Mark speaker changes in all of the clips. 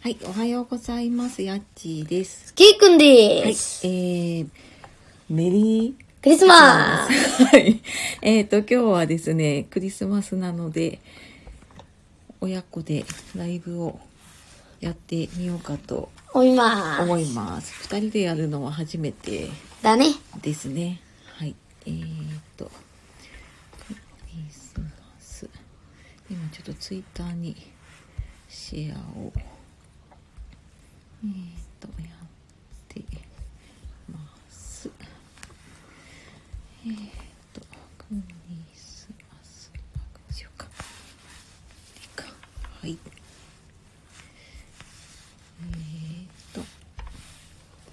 Speaker 1: はい、おはようございます。やっちーです。
Speaker 2: スキーくんで
Speaker 1: はい、え
Speaker 2: ーす、
Speaker 1: ー、メリー
Speaker 2: クリスマ ス
Speaker 1: はい。えっ、と、今日はですね、クリスマスなので、親子でライブをやってみようかと
Speaker 2: 思いま
Speaker 1: 思
Speaker 2: ーす。
Speaker 1: います。二人でやるのは初めて
Speaker 2: だね。
Speaker 1: ですね。はい。えっ、と、クリスマス。今ちょっとツイッターにシェアを、えっ、と、やってます。えっ、と、クリスマス。どうしようか。いいかはい。えっ、と、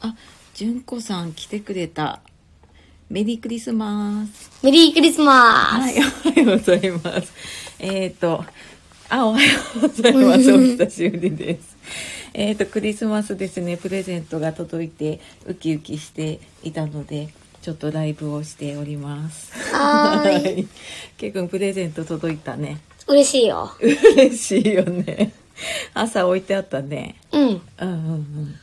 Speaker 1: あ、純子さん来てくれた。メリークリスマス。
Speaker 2: メリークリスマ
Speaker 1: は
Speaker 2: ス、
Speaker 1: い、おはようございます。えっ、と、あ、おはようございます。 お久しぶりです。えっと、クリスマスですね、プレゼントが届いて、ウキウキしていたので、ちょっとライブをしております。
Speaker 2: はーい
Speaker 1: い。ケイ君、プレゼント届いたね。
Speaker 2: 嬉しいよ。
Speaker 1: 嬉しいよね。朝置いてあったね。
Speaker 2: うん。
Speaker 1: うんうんうん。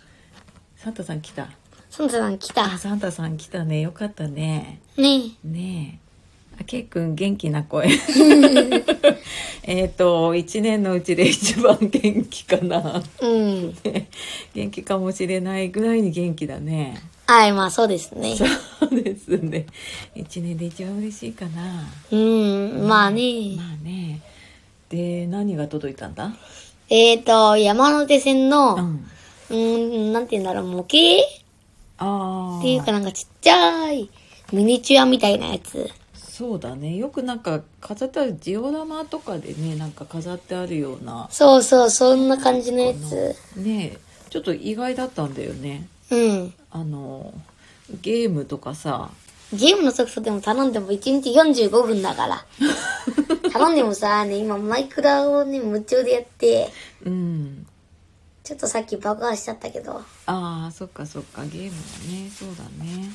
Speaker 1: サンタさん来た。
Speaker 2: サンタさん来た。
Speaker 1: あ、サンタさん来たね。よかったね。
Speaker 2: ね
Speaker 1: ねえ。あけいくん元気な 声。えっと、一年のうちで一番元気かな。
Speaker 2: え。うん。
Speaker 1: 元気かもしれないぐらいに元気だね。
Speaker 2: はい、まあそうですね。
Speaker 1: そうですね。一年で一番嬉しいかな。
Speaker 2: うん、まあね。
Speaker 1: まあね。で、何が届いたんだ
Speaker 2: えーと、山手線
Speaker 1: う
Speaker 2: の、
Speaker 1: ん。
Speaker 2: うん、なんて言うんだろう、模型っ
Speaker 1: ああ。
Speaker 2: ていうかなんかちっちゃいミニチュアみたいなやつ。
Speaker 1: そうだね。よくなんか飾ってあるジオラマとかでね、なんか飾ってあるような。
Speaker 2: そうそう、そんな感じのやつ。
Speaker 1: ねえ、ちょっと意外だったんだよね。
Speaker 2: うん。
Speaker 1: あのゲームとかさ
Speaker 2: ゲームの速さでも頼んでも1日45分だ から。頼んでもさ、ね、今マイクラをね、夢中でやって、
Speaker 1: うん
Speaker 2: ちょっとさっき爆破しちゃったけど。
Speaker 1: ああそっかそっかゲームだねそうだね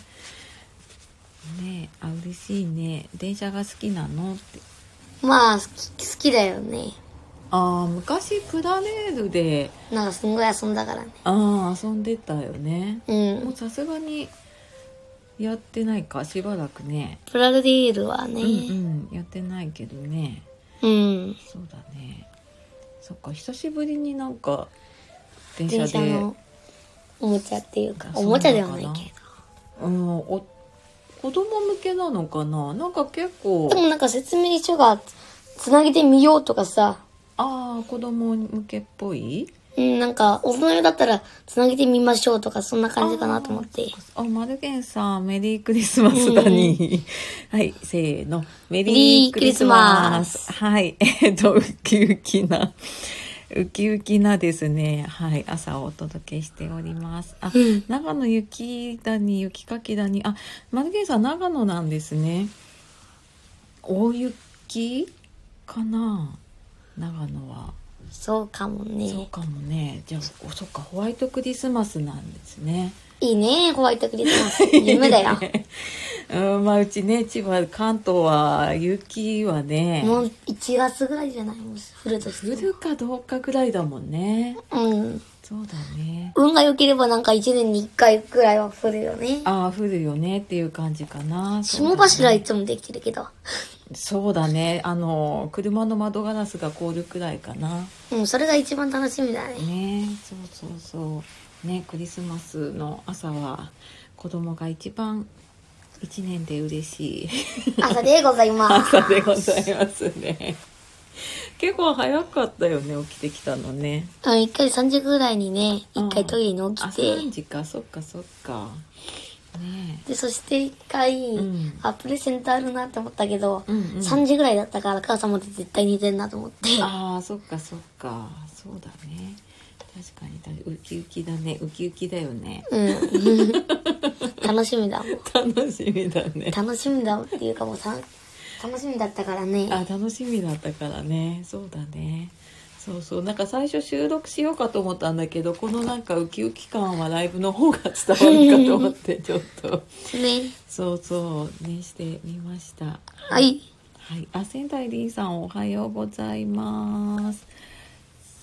Speaker 1: ねえあ嬉しいね電車が好きなのって
Speaker 2: まあ、好き、好きだよね。
Speaker 1: ああ昔プラレールで
Speaker 2: なんかすんごい遊んだからね。
Speaker 1: ああ遊んでたよね
Speaker 2: う
Speaker 1: もう。
Speaker 2: ん
Speaker 1: さすがにやってないかしばらくね
Speaker 2: プラルディールは
Speaker 1: う
Speaker 2: ね、
Speaker 1: んうんやってないけどね
Speaker 2: うん、
Speaker 1: そうだねそっか久しぶりになんか電車
Speaker 2: 電車
Speaker 1: で
Speaker 2: のおもちゃっていうか
Speaker 1: あ、そうなの
Speaker 2: おもちゃではないけ
Speaker 1: うん、お子供向けなのかななんか結構
Speaker 2: ど。でもなんか説明書が、つなげてみようとかさ、
Speaker 1: ああ子供向けっぽい
Speaker 2: うん、なんか、大人用だったら、つなげてみましょうとか、そんな感じかなと思って。
Speaker 1: あマルゲンさんメリークリスマスだに、 はいせーのメリークリスマスはい えっとウキウキなウキウキなですねはい朝をお届けしておりますあ、
Speaker 2: うん
Speaker 1: 長野雪谷雪かき谷あマルゲンさん長野なんですね大雪かな長野は
Speaker 2: そうかもね。
Speaker 1: そうかもねじゃあおそっかホワイトクリスマスなんですね
Speaker 2: いいね、ホワイトクリスマ ス。夢だよ。
Speaker 1: うん、まあうちね千葉関東は雪はね
Speaker 2: もう1月ぐらいじゃないもう降ると
Speaker 1: 降
Speaker 2: して
Speaker 1: る
Speaker 2: も
Speaker 1: かどうかぐらいだもんね
Speaker 2: うん。
Speaker 1: そうだね
Speaker 2: 運が良ければなんか1年に1回ぐらいは降るよね。
Speaker 1: ああ降るよねっていう感じかな
Speaker 2: 霜柱いつもできてるけど。
Speaker 1: そうだねあの車の窓ガラスが凍るくらいかな
Speaker 2: うん、それが一番楽しみだね。
Speaker 1: ねそうそうそうねクリスマスの朝は子供が一番一年で嬉し い
Speaker 2: 朝でございます。
Speaker 1: 朝でございますね結構早かったよね起きてきたのね
Speaker 2: うん、1回3時ぐらいにね、1
Speaker 1: う
Speaker 2: 回
Speaker 1: ん
Speaker 2: トイレに起
Speaker 1: あ
Speaker 2: き
Speaker 1: 3
Speaker 2: て、
Speaker 1: 時かそっかそっかね
Speaker 2: で、そして1回、
Speaker 1: うん
Speaker 2: あ、プレゼントあるなって思ったけど、
Speaker 1: え、うんうん、
Speaker 2: 3時ぐらいだったから母さんまで絶対似てるなと思って。
Speaker 1: ああそっかそっかそうだね確かにだウキウキだねウキウキだよね
Speaker 2: うん。楽しみだもん。
Speaker 1: 楽しみだね
Speaker 2: 楽しみだっていうかもうさ楽しみだったからね
Speaker 1: あ楽しみだったからねそうだねそうそうなんか最初収録しようかと思ったんだけどこのなんかウキウキ感はライブの方が伝わるかと思って ちょっと
Speaker 2: ね
Speaker 1: そうそうねしてみました
Speaker 2: はい
Speaker 1: はい、あ、仙台りんさんおはようございます。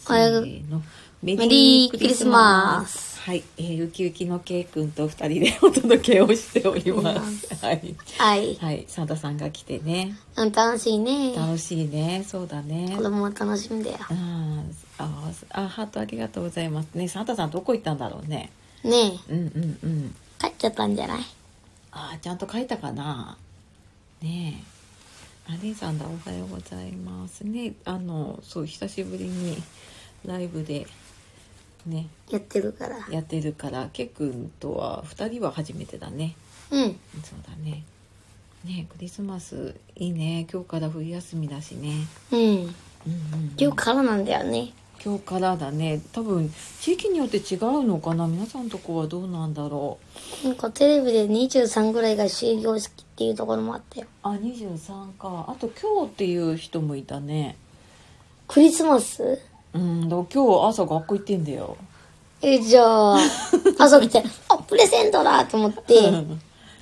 Speaker 1: せーの。メ
Speaker 2: リークリスマス
Speaker 1: はい、えーウキウキのケイ君と二人でお 届けをしております。はい。
Speaker 2: はい。
Speaker 1: はい、サンタさんが来てね。
Speaker 2: うん、楽しいね。
Speaker 1: 楽しいね、そうだね
Speaker 2: 子。供は楽しみだよ。
Speaker 1: あーあー、あハートありがとうございますね。サンタさんどこ行ったんだろうね。
Speaker 2: ね
Speaker 1: うんうんうん。
Speaker 2: え、帰っちゃったんじゃない
Speaker 1: ああ、ちゃんと書いたかな。ねえ。アリンさんだ、おはようございますね。あの、そう、久しぶりにライブで、ね、
Speaker 2: やってるから。
Speaker 1: やってるから、ケイ君とは、二人は初めてだね。
Speaker 2: うん。
Speaker 1: そうだね。ねえクリスマス、いいね。今日から冬休みだしね。
Speaker 2: うん。
Speaker 1: うんうん、
Speaker 2: 今日からなんだよね。
Speaker 1: 今日からだね多分地域によって違うのかな皆さんとこはどうなんだろう
Speaker 2: なんかテレビで23ぐらいが終業式っていうところもあったよ。
Speaker 1: あ23かあと今日っていう人もいたね
Speaker 2: クリスマス
Speaker 1: うんだから今日朝学校行ってんだよ
Speaker 2: え、じゃあ、朝起きて、あ、プレゼントだと思って、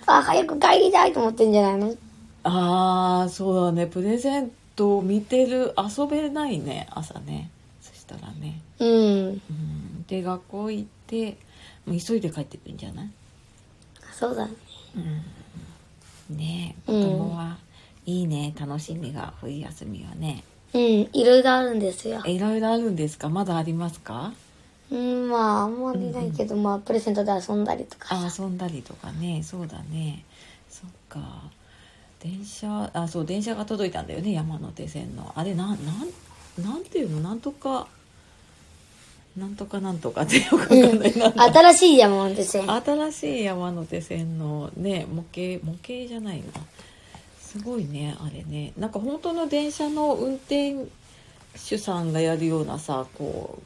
Speaker 2: あ、早く帰りたいと思ってんじゃないの
Speaker 1: ああそうだねプレゼントを見てる遊べないね朝ねそしたらね
Speaker 2: うん。
Speaker 1: うんで学校行ってもう急いで帰ってくるんじゃない
Speaker 2: そうだね。
Speaker 1: ねえ子
Speaker 2: うん
Speaker 1: 供は、いいね楽しみが冬休みはね
Speaker 2: うん、いろいろあるんですよ。
Speaker 1: いろいろあるんですかまだありますか
Speaker 2: うん、まあ、あんまりないけど、まあ、プレゼントで遊んだりとか。
Speaker 1: あ遊んだりとかねそうだねそっか電車あそう電車が届いたんだよね山手線のあれなんなんなんていうのなんとかなんとかなんとかってよくわかんないな
Speaker 2: 新しい山手線。
Speaker 1: 新しい山手線のね模型模型じゃないなすごいねあれねなんか本当の電車の運転手さんがやるようなさこ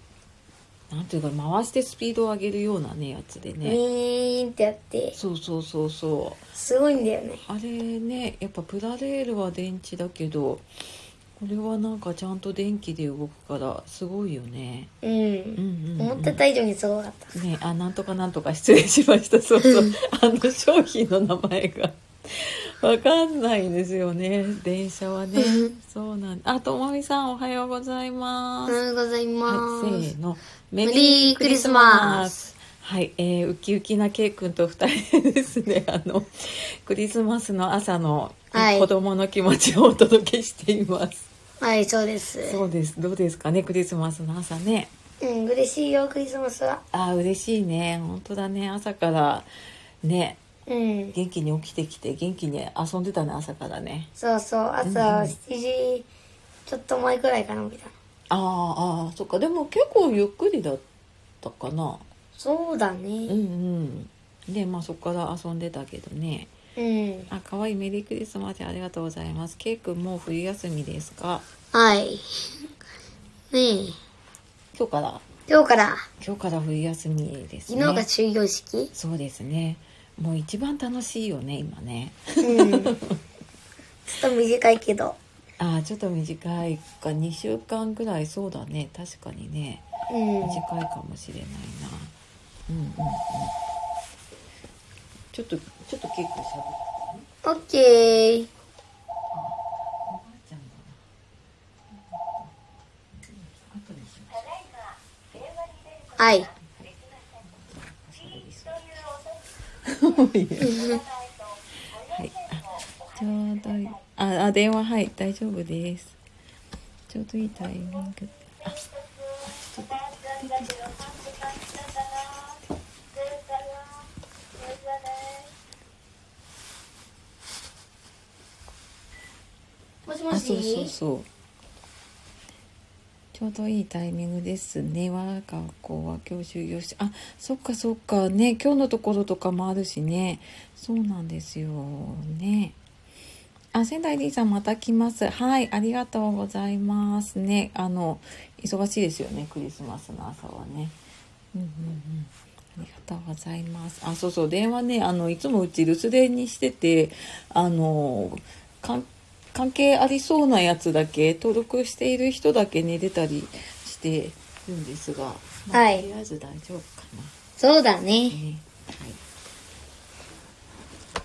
Speaker 1: うなんていうか回してスピードを上げるようなねやつで
Speaker 2: ウ
Speaker 1: ね
Speaker 2: ィーンってやって、
Speaker 1: そうそうそうそう
Speaker 2: すごいんだよね。
Speaker 1: あれねやっぱプラレールは電池だけどこれはなんかちゃんと電気で動くからすごいよね
Speaker 2: う
Speaker 1: うん
Speaker 2: ん。
Speaker 1: うん、うん、
Speaker 2: 思ってた以上にすごかった。
Speaker 1: ねあなんとかなんとか失礼しましたそうそう あの商品の名前がわかんないんですよね電車はね
Speaker 2: うん
Speaker 1: そうなんあともみさんおはようございま
Speaker 2: お
Speaker 1: す、
Speaker 2: はようございま
Speaker 1: はい、せ
Speaker 2: す
Speaker 1: ー。の
Speaker 2: メリークリスマス
Speaker 1: はい、えー、ウキウキなケイ君と二人でですね、 あの、クリスマスの朝の
Speaker 2: はい
Speaker 1: 子供の気持ちをお届けしてい ます。
Speaker 2: はい、そうです。
Speaker 1: そうです、どうですかね、クリスマスの朝ね。
Speaker 2: うん、嬉しいよ、クリスマスは。
Speaker 1: あー、嬉しいね、本当だね、朝から、ね、
Speaker 2: うん。
Speaker 1: 元気に起きてきて、元気に遊んでたね、朝からね。
Speaker 2: そうそう、朝7時ちょっと前くらいかな、みたいな。
Speaker 1: あーあー、そっか、でも結構ゆっくりだったかな。
Speaker 2: そうだ
Speaker 1: う
Speaker 2: ね。
Speaker 1: んうん。で、まあそこから遊んでたけどね。
Speaker 2: うん。
Speaker 1: あ、可愛いメリークリスマスありがとうございます。ケイ君もう冬休みですか。
Speaker 2: はい。ねえ、
Speaker 1: 今日から
Speaker 2: 今日から、
Speaker 1: 今日から冬休みです
Speaker 2: 昨
Speaker 1: ね。
Speaker 2: 日が終業式、
Speaker 1: そうですね。もう一番楽しいよね今ね。
Speaker 2: うん。ちょっと短いけど。
Speaker 1: あー、ちょっと短いか2週間ぐらいそうだね。確かにね
Speaker 2: うん。
Speaker 1: 短いかもしれないな。うんうんうん。ちょっとちょっとケイ君喋って。
Speaker 2: オッケー。
Speaker 1: おばあちゃんだな。後にしましょ
Speaker 2: は
Speaker 1: は
Speaker 2: い。
Speaker 1: い。あ、ちょうどいい。あ、あ電話はい大丈夫です。ちょうどいいタイミング。あ、
Speaker 2: もし
Speaker 1: あそうそうそう。ちょうどいいタイミングですね。我が子は今日終業して、あ、そっかそっかね。今日のところとかもあるしね。そうなんですよね。あ、仙台 D さんまた来ます。はい、ありがとうございますね。あの、忙しいですよね。クリスマスの朝はね。うんうんうん。ありがとうございます。あ、そうそう、電話ね、あの、いつもうち留守電にしてて、あの、関関係ありそうなやつだけ、登録している人だけね、出たりしてるんですが、まあ
Speaker 2: はい
Speaker 1: とりあえず大丈夫かな。
Speaker 2: そうだ
Speaker 1: ね、
Speaker 2: ね。
Speaker 1: は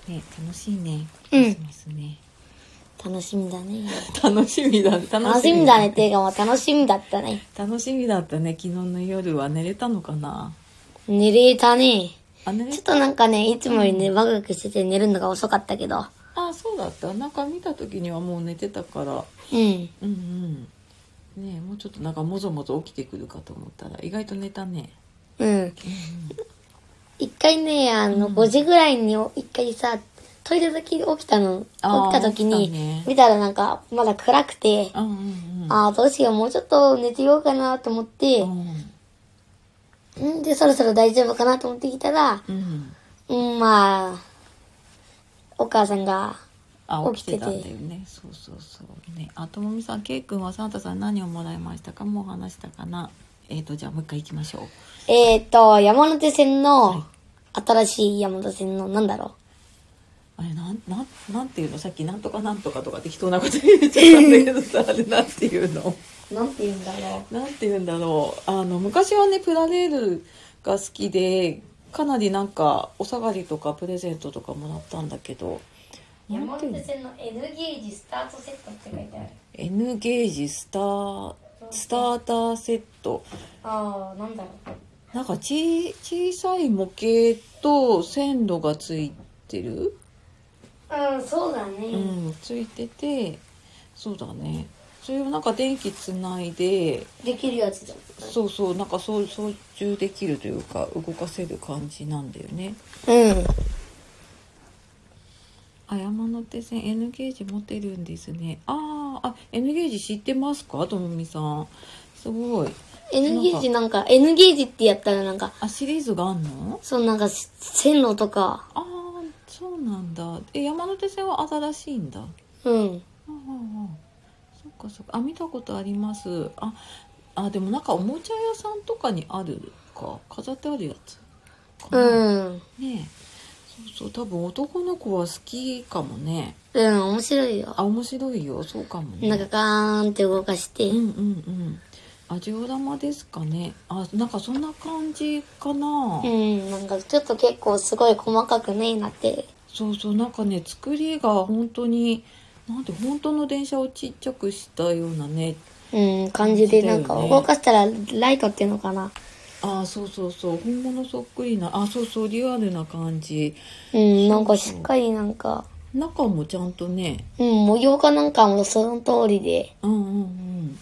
Speaker 1: い。ね、楽しいね。
Speaker 2: うん
Speaker 1: しますね。
Speaker 2: 楽しみだね。
Speaker 1: 楽しみだ
Speaker 2: 楽しみだねっていうか、まあ楽しみだったね。
Speaker 1: 楽しみだったね昨日の夜は寝れたのかな
Speaker 2: 寝れたね。
Speaker 1: あ寝れ
Speaker 2: ちょっとなんかね、いつもよりね、バクバクしてて寝るのが遅かったけど。
Speaker 1: あそうだったなんか見た時にはもう寝てたから
Speaker 2: うん。
Speaker 1: うんうんねえもうちょっとなんかもぞもぞ起きてくるかと思ったら意外と寝たね
Speaker 2: うん。一回ね、あの、5時ぐらいに一回さ、トイレ時に起きたの。起
Speaker 1: あ
Speaker 2: き
Speaker 1: ー
Speaker 2: た時
Speaker 1: 起き
Speaker 2: に、
Speaker 1: たね
Speaker 2: 見たらなんか、まだ暗くて、
Speaker 1: うんうん
Speaker 2: ああ、どうしよう、もうちょっと寝てようかなと思って
Speaker 1: う、ん
Speaker 2: んで、そろそろ大丈夫かなと思ってきたら、
Speaker 1: うん
Speaker 2: うん、まあ、お母さんが、
Speaker 1: あ起
Speaker 2: 起
Speaker 1: き
Speaker 2: き
Speaker 1: て
Speaker 2: てて
Speaker 1: たんだよねそうそうそうねあともみさんケイ君はサンタさん何をもらいましたかもう話したかなえーとじゃあもう一回行きましょう
Speaker 2: えっ、と、山手
Speaker 1: はい
Speaker 2: 線の、新しい山手線の、なんだろ
Speaker 1: あれなんなんなんていうのさっきなんとかなんとかとか適当なこと言っちゃったんだけどさあれなんていうの
Speaker 2: う。なんて言うんだろ
Speaker 1: なんて言うんだろうあの昔はねプラレールが好きでかなりなんかお下がりとかプレゼントとかもらったんだけど
Speaker 2: う
Speaker 1: なんていうの
Speaker 2: 線の N ゲージスタートセットって書いてある。
Speaker 1: N ゲージスタースターターセット
Speaker 2: ああ、なんだろう。
Speaker 1: なんかち小さい模型と線路がついてる、
Speaker 2: うん、そうだね。
Speaker 1: うん、ついててそうだねそれをなんか電気つないで
Speaker 2: できるやつだ。
Speaker 1: そうそうなんかそう操縦できるというか動かせる感じなんだよね
Speaker 2: うん。
Speaker 1: あ山手線 N ゲージ持てるんですねあーあ N ゲージ知ってますかともみさんすごい
Speaker 2: N ゲージなんか、N ゲージってやったらなんか、
Speaker 1: あシリーズがあんの
Speaker 2: そうなんか、線路とか、
Speaker 1: ああそうなんだえ山手線は新しいんだ
Speaker 2: うん。
Speaker 1: うんうんうんそっかそっかあ見たことありますああでもなんかおもちゃ屋さんとかにあるか飾ってあるやつかな
Speaker 2: うん。
Speaker 1: ねえそうそう多分男の子は好きかもね
Speaker 2: うん、面白いよ。
Speaker 1: あ面白いよそうかもね
Speaker 2: なんかガーンって動かして
Speaker 1: うんう、んうん味オ玉ですかねあなんかそんな感じかな、
Speaker 2: うん、なんかちょっと結構すごい細かくね、なってる。
Speaker 1: そうそうなんかね作りが本当になんて本当の電車をちっちゃくしたようなね
Speaker 2: うん、感じで、なん
Speaker 1: そう
Speaker 2: か
Speaker 1: だよね
Speaker 2: 動かしたらライトっていうのかな。
Speaker 1: あそうそうそう本物そっくりなあそうそうリアルな感じ
Speaker 2: うん、なんかしっかりなんか、
Speaker 1: 中もちゃんとね
Speaker 2: うん、模様かなんかもその通りで。
Speaker 1: うんうんうん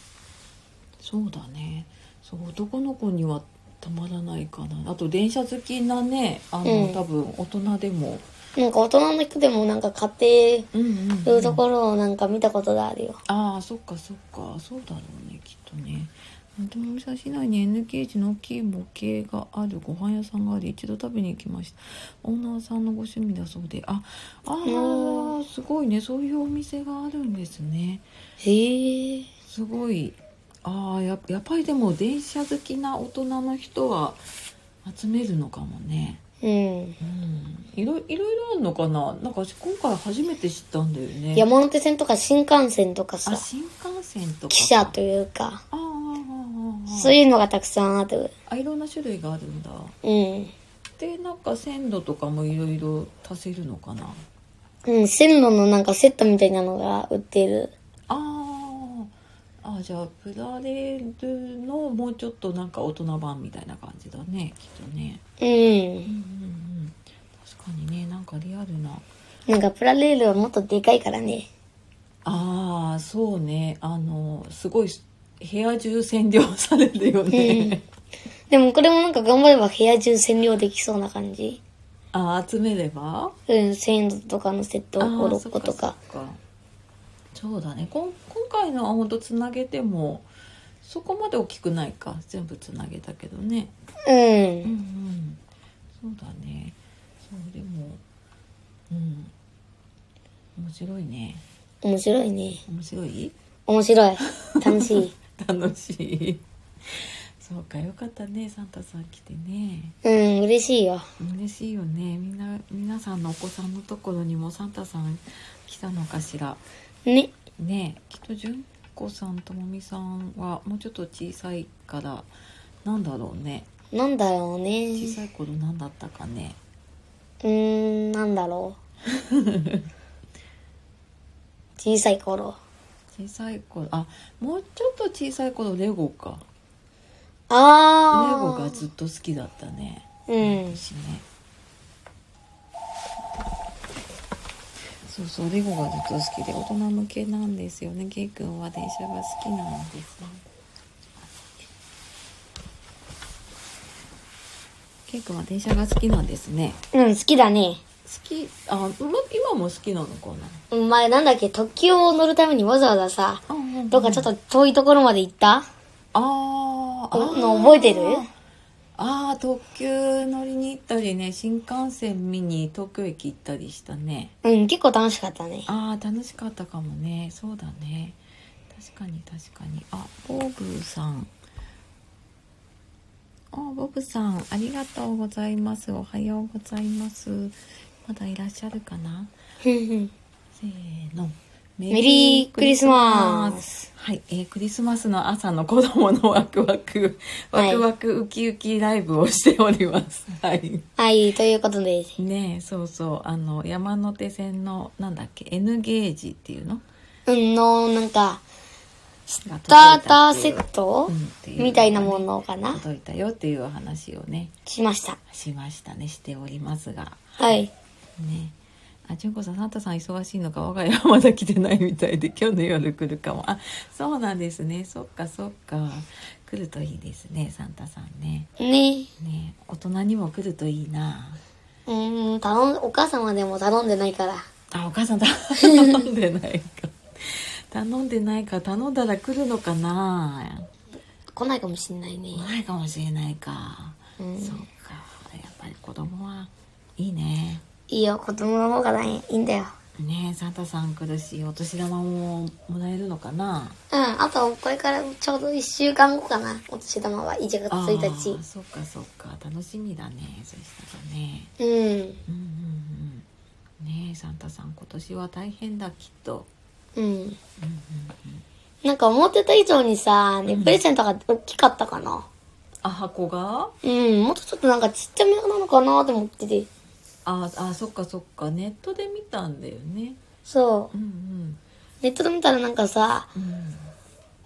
Speaker 1: そうだねそう男の子にはたまらないかなあと電車好きなねあの、
Speaker 2: うん
Speaker 1: 多分大人でも
Speaker 2: なんか大人の人でもなんか買って
Speaker 1: うんうん、うん
Speaker 2: るところをなんか見たことがあるよ。
Speaker 1: ああそっかそっかそうだろうねきっとねでも武蔵市内に N ゲージの大きい模型があるご飯屋さんがあり一度食べに行きましたオーナーさんのご趣味だそうでああーすごいねそういうお店があるんですね
Speaker 2: へえ。
Speaker 1: すごいああややっぱりでも電車好きな大人の人は集めるのかもね
Speaker 2: うん。
Speaker 1: うんいろいろいろあるのかななんか今回初めて知ったんだよね
Speaker 2: 山手線とか新幹線とかさ
Speaker 1: あ、新幹線とか
Speaker 2: 汽車というか、
Speaker 1: あーあーあーあー
Speaker 2: そういうのがたくさんある。
Speaker 1: あいろんな種類があるんだ
Speaker 2: うん。
Speaker 1: でなんか鮮度とかもいろいろ足せるのかな
Speaker 2: うん、線路のなんかセットみたいなのが売ってる。
Speaker 1: あーあじゃあプラレールのもうちょっとなんか大人版みたいな感じだねきっとね
Speaker 2: うん。
Speaker 1: うんうんうん確かにねなんかリアルな
Speaker 2: なんかプラレールはもっとでかいからね。
Speaker 1: ああそうねあのすごい部屋中占領される よね、
Speaker 2: でもこれもなんか頑張れば部屋中占領できそうな感じ。
Speaker 1: あー集めれば
Speaker 2: うん、線路とかのセット
Speaker 1: あー
Speaker 2: 5、6個とか。
Speaker 1: そっかそっかそうだねこん今回のはほんとつなげてもそこまで大きくないか全部つなげたけどね
Speaker 2: う
Speaker 1: うん
Speaker 2: ん。
Speaker 1: うんそうだねそうでもうん面白いね
Speaker 2: 面白いね。
Speaker 1: 面白い
Speaker 2: 面白い。楽 しい。
Speaker 1: 楽しいそうかよかったねサンタさん来てね
Speaker 2: うん、嬉しいよ。
Speaker 1: 嬉しいよねみんな皆さんのお子さんのところにもサンタさん来たのかしら
Speaker 2: ね。
Speaker 1: ねえきっと純子さんともみさんはもうちょっと小さいからなんだろうね
Speaker 2: なんだろうね。
Speaker 1: 小さい頃何だったかね
Speaker 2: うーん、なんだろ小さい頃。
Speaker 1: 小さい頃あもうちょっと小さい頃レゴかレ
Speaker 2: あ
Speaker 1: ゴ
Speaker 2: あ。
Speaker 1: がずっと好きだったね
Speaker 2: うん。
Speaker 1: 私ねそうそうレゴがずっと好きで大人向けなんですよねケイ君は電車が好きなんですねケイ君は電車が好きなんですね
Speaker 2: うん、好きだね。
Speaker 1: 好きあま今も好きなのか
Speaker 2: お前なんだっけ、特急を乗るためにわざわざさ、
Speaker 1: な、うん
Speaker 2: どっかちょっと遠いところまで行った
Speaker 1: あーあー
Speaker 2: の覚えてる
Speaker 1: ああ特急乗りに行ったりね新幹線見に東京駅行ったりしたね
Speaker 2: うん、結構楽しかったね。
Speaker 1: ああ楽しかったかもねそうだね確かに確かにあボブさんあボブさんありがとうございますおはようございますまだいらっしゃるかな
Speaker 2: ふんふん
Speaker 1: せーの。メ
Speaker 2: メリークリスマス
Speaker 1: はい、えークリスマスの朝の子供のワクワク、
Speaker 2: は
Speaker 1: ワ
Speaker 2: い
Speaker 1: クワクウキウキライブをしております。はい。
Speaker 2: はい、ということで、
Speaker 1: ねえ、そうそう、あの、山手線の、なんだっけ、N ゲージっていうの
Speaker 2: うんの、なんか、
Speaker 1: スタ
Speaker 2: スターターセットみたいなものかな
Speaker 1: 届いたよっていうお話をね、
Speaker 2: しました。
Speaker 1: しましたね、しておりますが。
Speaker 2: はい。
Speaker 1: ねあ、純子さん、サンタさん忙しいのか、我が家はまだ来てないみたいで、今日の夜来るかも。あ、そうなんですね。そっか、そっか。来るといいですね、サンタさんね。
Speaker 2: ね。
Speaker 1: ね大人にも来るといいな。
Speaker 2: うーん、頼ん、お母様でも頼んでないから。
Speaker 1: あ、お母さん、頼んでないか。頼んでないか、頼んだら来るのかな。
Speaker 2: 来ないかもしんないね。
Speaker 1: ないかもしれないか。
Speaker 2: うん
Speaker 1: そっか、やっぱり子供はいいね。
Speaker 2: いいよ、子供の方がね、いいんだよ。
Speaker 1: ねサンタさん来るし、お年玉ももらえるのかな。
Speaker 2: うん、あと、これからちょうど1週間後かな。お年玉は1月
Speaker 1: あ
Speaker 2: 1
Speaker 1: ーそっかそっか楽しみだねそしたらね
Speaker 2: 日。うん。
Speaker 1: うんうんうんねえサンタさん今年は大変だきっと
Speaker 2: うん。なんか思ってた以上にさ、ね、プレゼントが大きかったかな。
Speaker 1: あ箱が
Speaker 2: うん、もっとちょっとなんかちっちゃめなのかなと思ってて。
Speaker 1: ああそっかそっかネットで見たんだよね
Speaker 2: そう
Speaker 1: う。ん
Speaker 2: ネットで見たらなんかさ、
Speaker 1: うんうん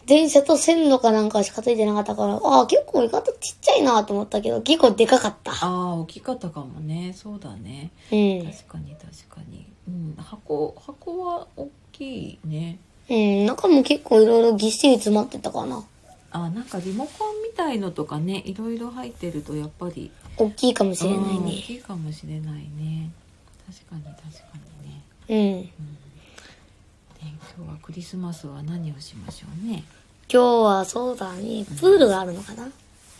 Speaker 2: 電車と線路かなんかしかついてなかったから、ああ、結構意外とちっちゃいなと思ったけど、結構でかかった。
Speaker 1: ああ大きかったかもねそうだね
Speaker 2: うん。
Speaker 1: 確かに確かに、うん、箱箱は大きいね
Speaker 2: うん、中も結構いろいろぎっしり詰まってたかな。
Speaker 1: あなんかリモコンみたいのとかねいろいろ入ってるとやっぱり
Speaker 2: 大きいかもしれな
Speaker 1: うん大
Speaker 2: い
Speaker 1: きいかもしれないね確かに確かにね
Speaker 2: ね。うん。
Speaker 1: ね今日はクリスマスは何をしましょうね
Speaker 2: 今日はそうだね、プールがあるのかな。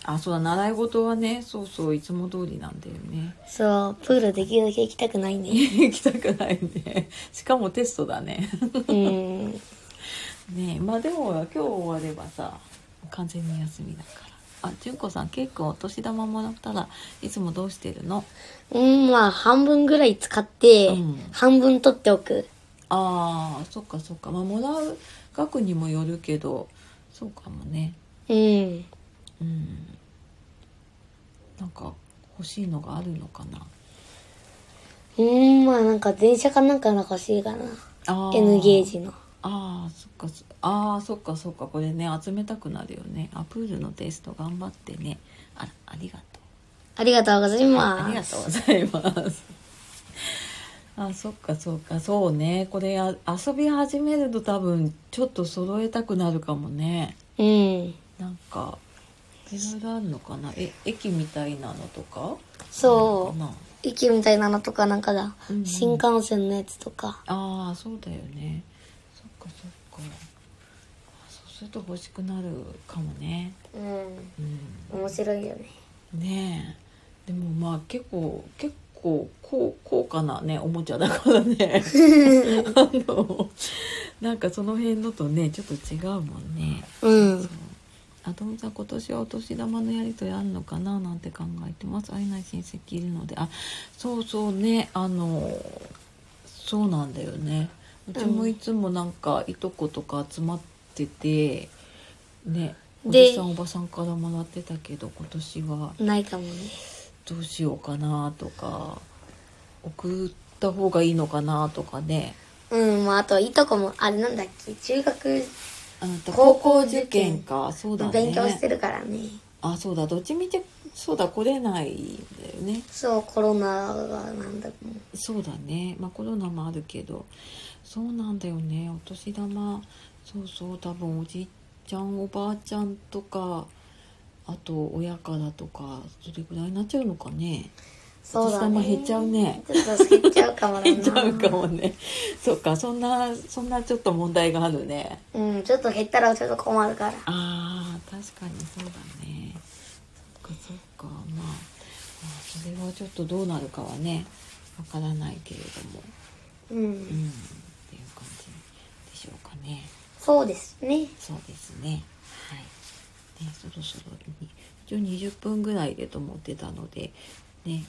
Speaker 1: あそうだ習い事はねそうそういつも通りなんだよ ね
Speaker 2: そう、プールできるだけ行きたくない ね。
Speaker 1: 行きたくないねしかもテストだね
Speaker 2: うん。
Speaker 1: ねまあでも今日終わればさ完全に休みだからあ純子さん結構お年玉もらったらいつもどうしてるの
Speaker 2: うん、まあ、半分ぐらい使って、
Speaker 1: うん
Speaker 2: 半分取っておく。
Speaker 1: あーそっかそっかまあもらう額にもよるけどそうかもね
Speaker 2: うん。
Speaker 1: うんなんか欲しいのがあるのかな
Speaker 2: うん、まあなんか電車かなんかの欲しいかな。
Speaker 1: あ
Speaker 2: N ゲージの。
Speaker 1: ああそっかそああそっかそっかこれね集めたくなるよねあプールのテスト頑張ってねあありがとう
Speaker 2: ありがとうございます。
Speaker 1: ありがとうございます あそっかそっかそうねこれあ遊び始めると多分ちょっと揃えたくなるかもね
Speaker 2: うん。
Speaker 1: なんかいろいろあるのかなえ駅みたいなのとか
Speaker 2: そ
Speaker 1: か
Speaker 2: う。
Speaker 1: な
Speaker 2: 駅みたいなのとかなんかだ。
Speaker 1: うんうん
Speaker 2: 新幹線のやつとか。
Speaker 1: ああそうだよねそっかそっかあそうすると欲しくなるかもね
Speaker 2: うん。
Speaker 1: うん
Speaker 2: 面白いよね。
Speaker 1: ねえでもまあ結構結構高高価なねおもちゃだから ねあのなんかその辺のとねちょっと違うもんね
Speaker 2: うん。
Speaker 1: あとみさん今年はお年玉のやり取りあるのかななんて考えてます会えない親戚いるのであそうそうねあのそうなんだよねうちもいつもなんかいとことか集まっててねお
Speaker 2: で
Speaker 1: じさんおばさんからもらってたけど今年は
Speaker 2: ないかもね。
Speaker 1: どうしようかなとか送った方がいいのかなとかね
Speaker 2: うん、もうあと、いとこも、あれなんだっけ、中学、
Speaker 1: うんと高
Speaker 2: 高校
Speaker 1: 校
Speaker 2: 受
Speaker 1: 受
Speaker 2: 験
Speaker 1: 験かそうだね
Speaker 2: 勉強してるからね。
Speaker 1: あそうだどっちみちそうだ来れないんだよね
Speaker 2: そう、コロナがなんだもん。
Speaker 1: そうだねまあコロナもあるけどそうなんだよねお年玉そうそう多分おじいちゃんおばあちゃんとかあと親からとかそれぐらいになっちゃうのか ね
Speaker 2: そうだね。
Speaker 1: お年玉減っちゃうね。
Speaker 2: ちょっと減っちゃうかもだな。
Speaker 1: 減っちゃうかもねそっかそんなそんなちょっと問題があるね
Speaker 2: うん、ちょっと減ったらちょっと困るから。
Speaker 1: あー確かにそうだねそっかそっかまあまあそれはちょっとどうなるかはねわからないけれども
Speaker 2: う。
Speaker 1: うんんっていう感じでしょうかね
Speaker 2: そうですね。
Speaker 1: そうですねはいねそろそろに一応20分ぐらいでと思ってたのでね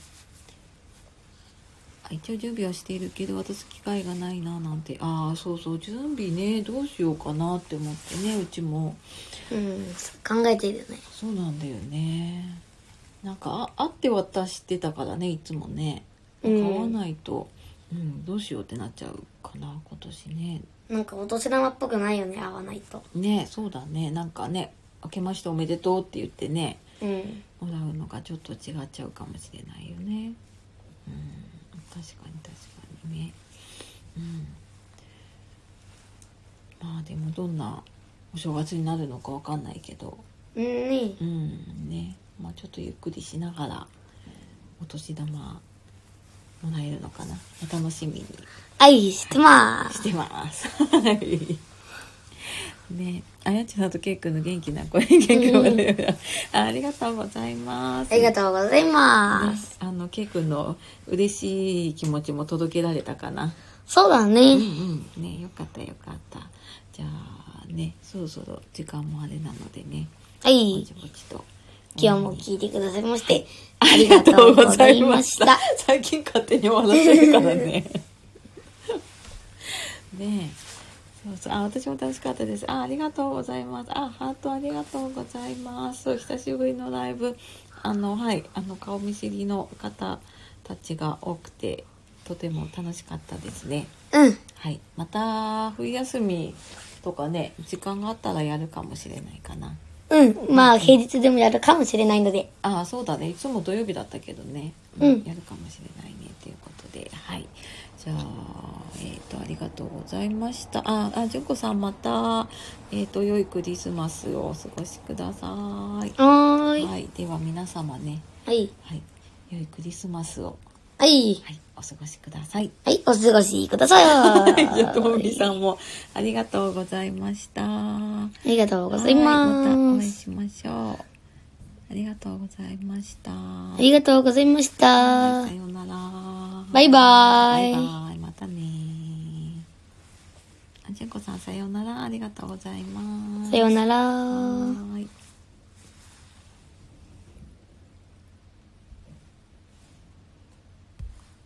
Speaker 1: あ一応準備はしているけど渡す機会がないななんてああそうそう準備ねどうしようかなって思ってねうちも。
Speaker 2: うん、考えてるよね。
Speaker 1: そうなんだよねなんかあ会って渡してたからねいつもね
Speaker 2: う
Speaker 1: 買
Speaker 2: ん
Speaker 1: わないと、うんどうしようってなっちゃうかな今年ね
Speaker 2: なんかお年玉っぽくないよね、合わないと。
Speaker 1: ねそうだねなんかね「明けましておめでとう」って言ってね
Speaker 2: うん。
Speaker 1: もらうのがちょっと違っちゃうかもしれないよねうん確かに確かにねうんまあでもどんなお正月になるのかわかんないけど
Speaker 2: うんね。
Speaker 1: うんね、まあちょっとゆっくりしながらお年玉もらえるのかな。お楽しみに
Speaker 2: 愛してまーす
Speaker 1: し。てます。 はい。ね、あやちさんとけいくんの元気な声元気な声 あありがとうございます。
Speaker 2: ありがとうございま
Speaker 1: ね
Speaker 2: す。
Speaker 1: あのけいくんの嬉しい気持ちも届けられたかな。
Speaker 2: そうだ
Speaker 1: う
Speaker 2: ね。
Speaker 1: んうんね、よかったよかった。じゃあね、そろそろ時間もあれなのでね、
Speaker 2: はい
Speaker 1: ぼ。ちぼちと。
Speaker 2: 今日も聞いてくださいまして、ありがとうございました。
Speaker 1: 最近勝手に笑ってるからね。 ねえ。そうそう。あ、私も楽しかったです。あ、ありがとうございます。あ、ハートありがとうございます。久しぶりのライブ。あの、はい。あの、顔見知りの方たちが多くて、とても楽しかったですね。
Speaker 2: うん。
Speaker 1: はい。また、冬休みとかね、時間があったらやるかもしれないかな。
Speaker 2: うん。まあ、平日でもやるかもしれないので。
Speaker 1: ああそうだねいつも土曜日だったけどね、
Speaker 2: うん
Speaker 1: やるかもしれないねということではいじゃあえっ、とありがとうございましたああ純子さんまたえっ、と良いクリスマスをお過ごしください
Speaker 2: はーい。
Speaker 1: はいでは皆様ね
Speaker 2: はい。
Speaker 1: はい良いクリスマスを
Speaker 2: はい。
Speaker 1: はいお過ごしください
Speaker 2: はい、お過ごしください。
Speaker 1: じゃあともみさんもありがとうございました
Speaker 2: ありがとうございます。
Speaker 1: はいまたお会いしましょうありがとうございました
Speaker 2: ありがとうございまし
Speaker 1: は
Speaker 2: た
Speaker 1: いさ。ようなら。
Speaker 2: バイバイ
Speaker 1: バイバイまたね。あじゅんこさんさようなら。ありがとうございます。
Speaker 2: さような
Speaker 1: は
Speaker 2: ら。
Speaker 1: ーい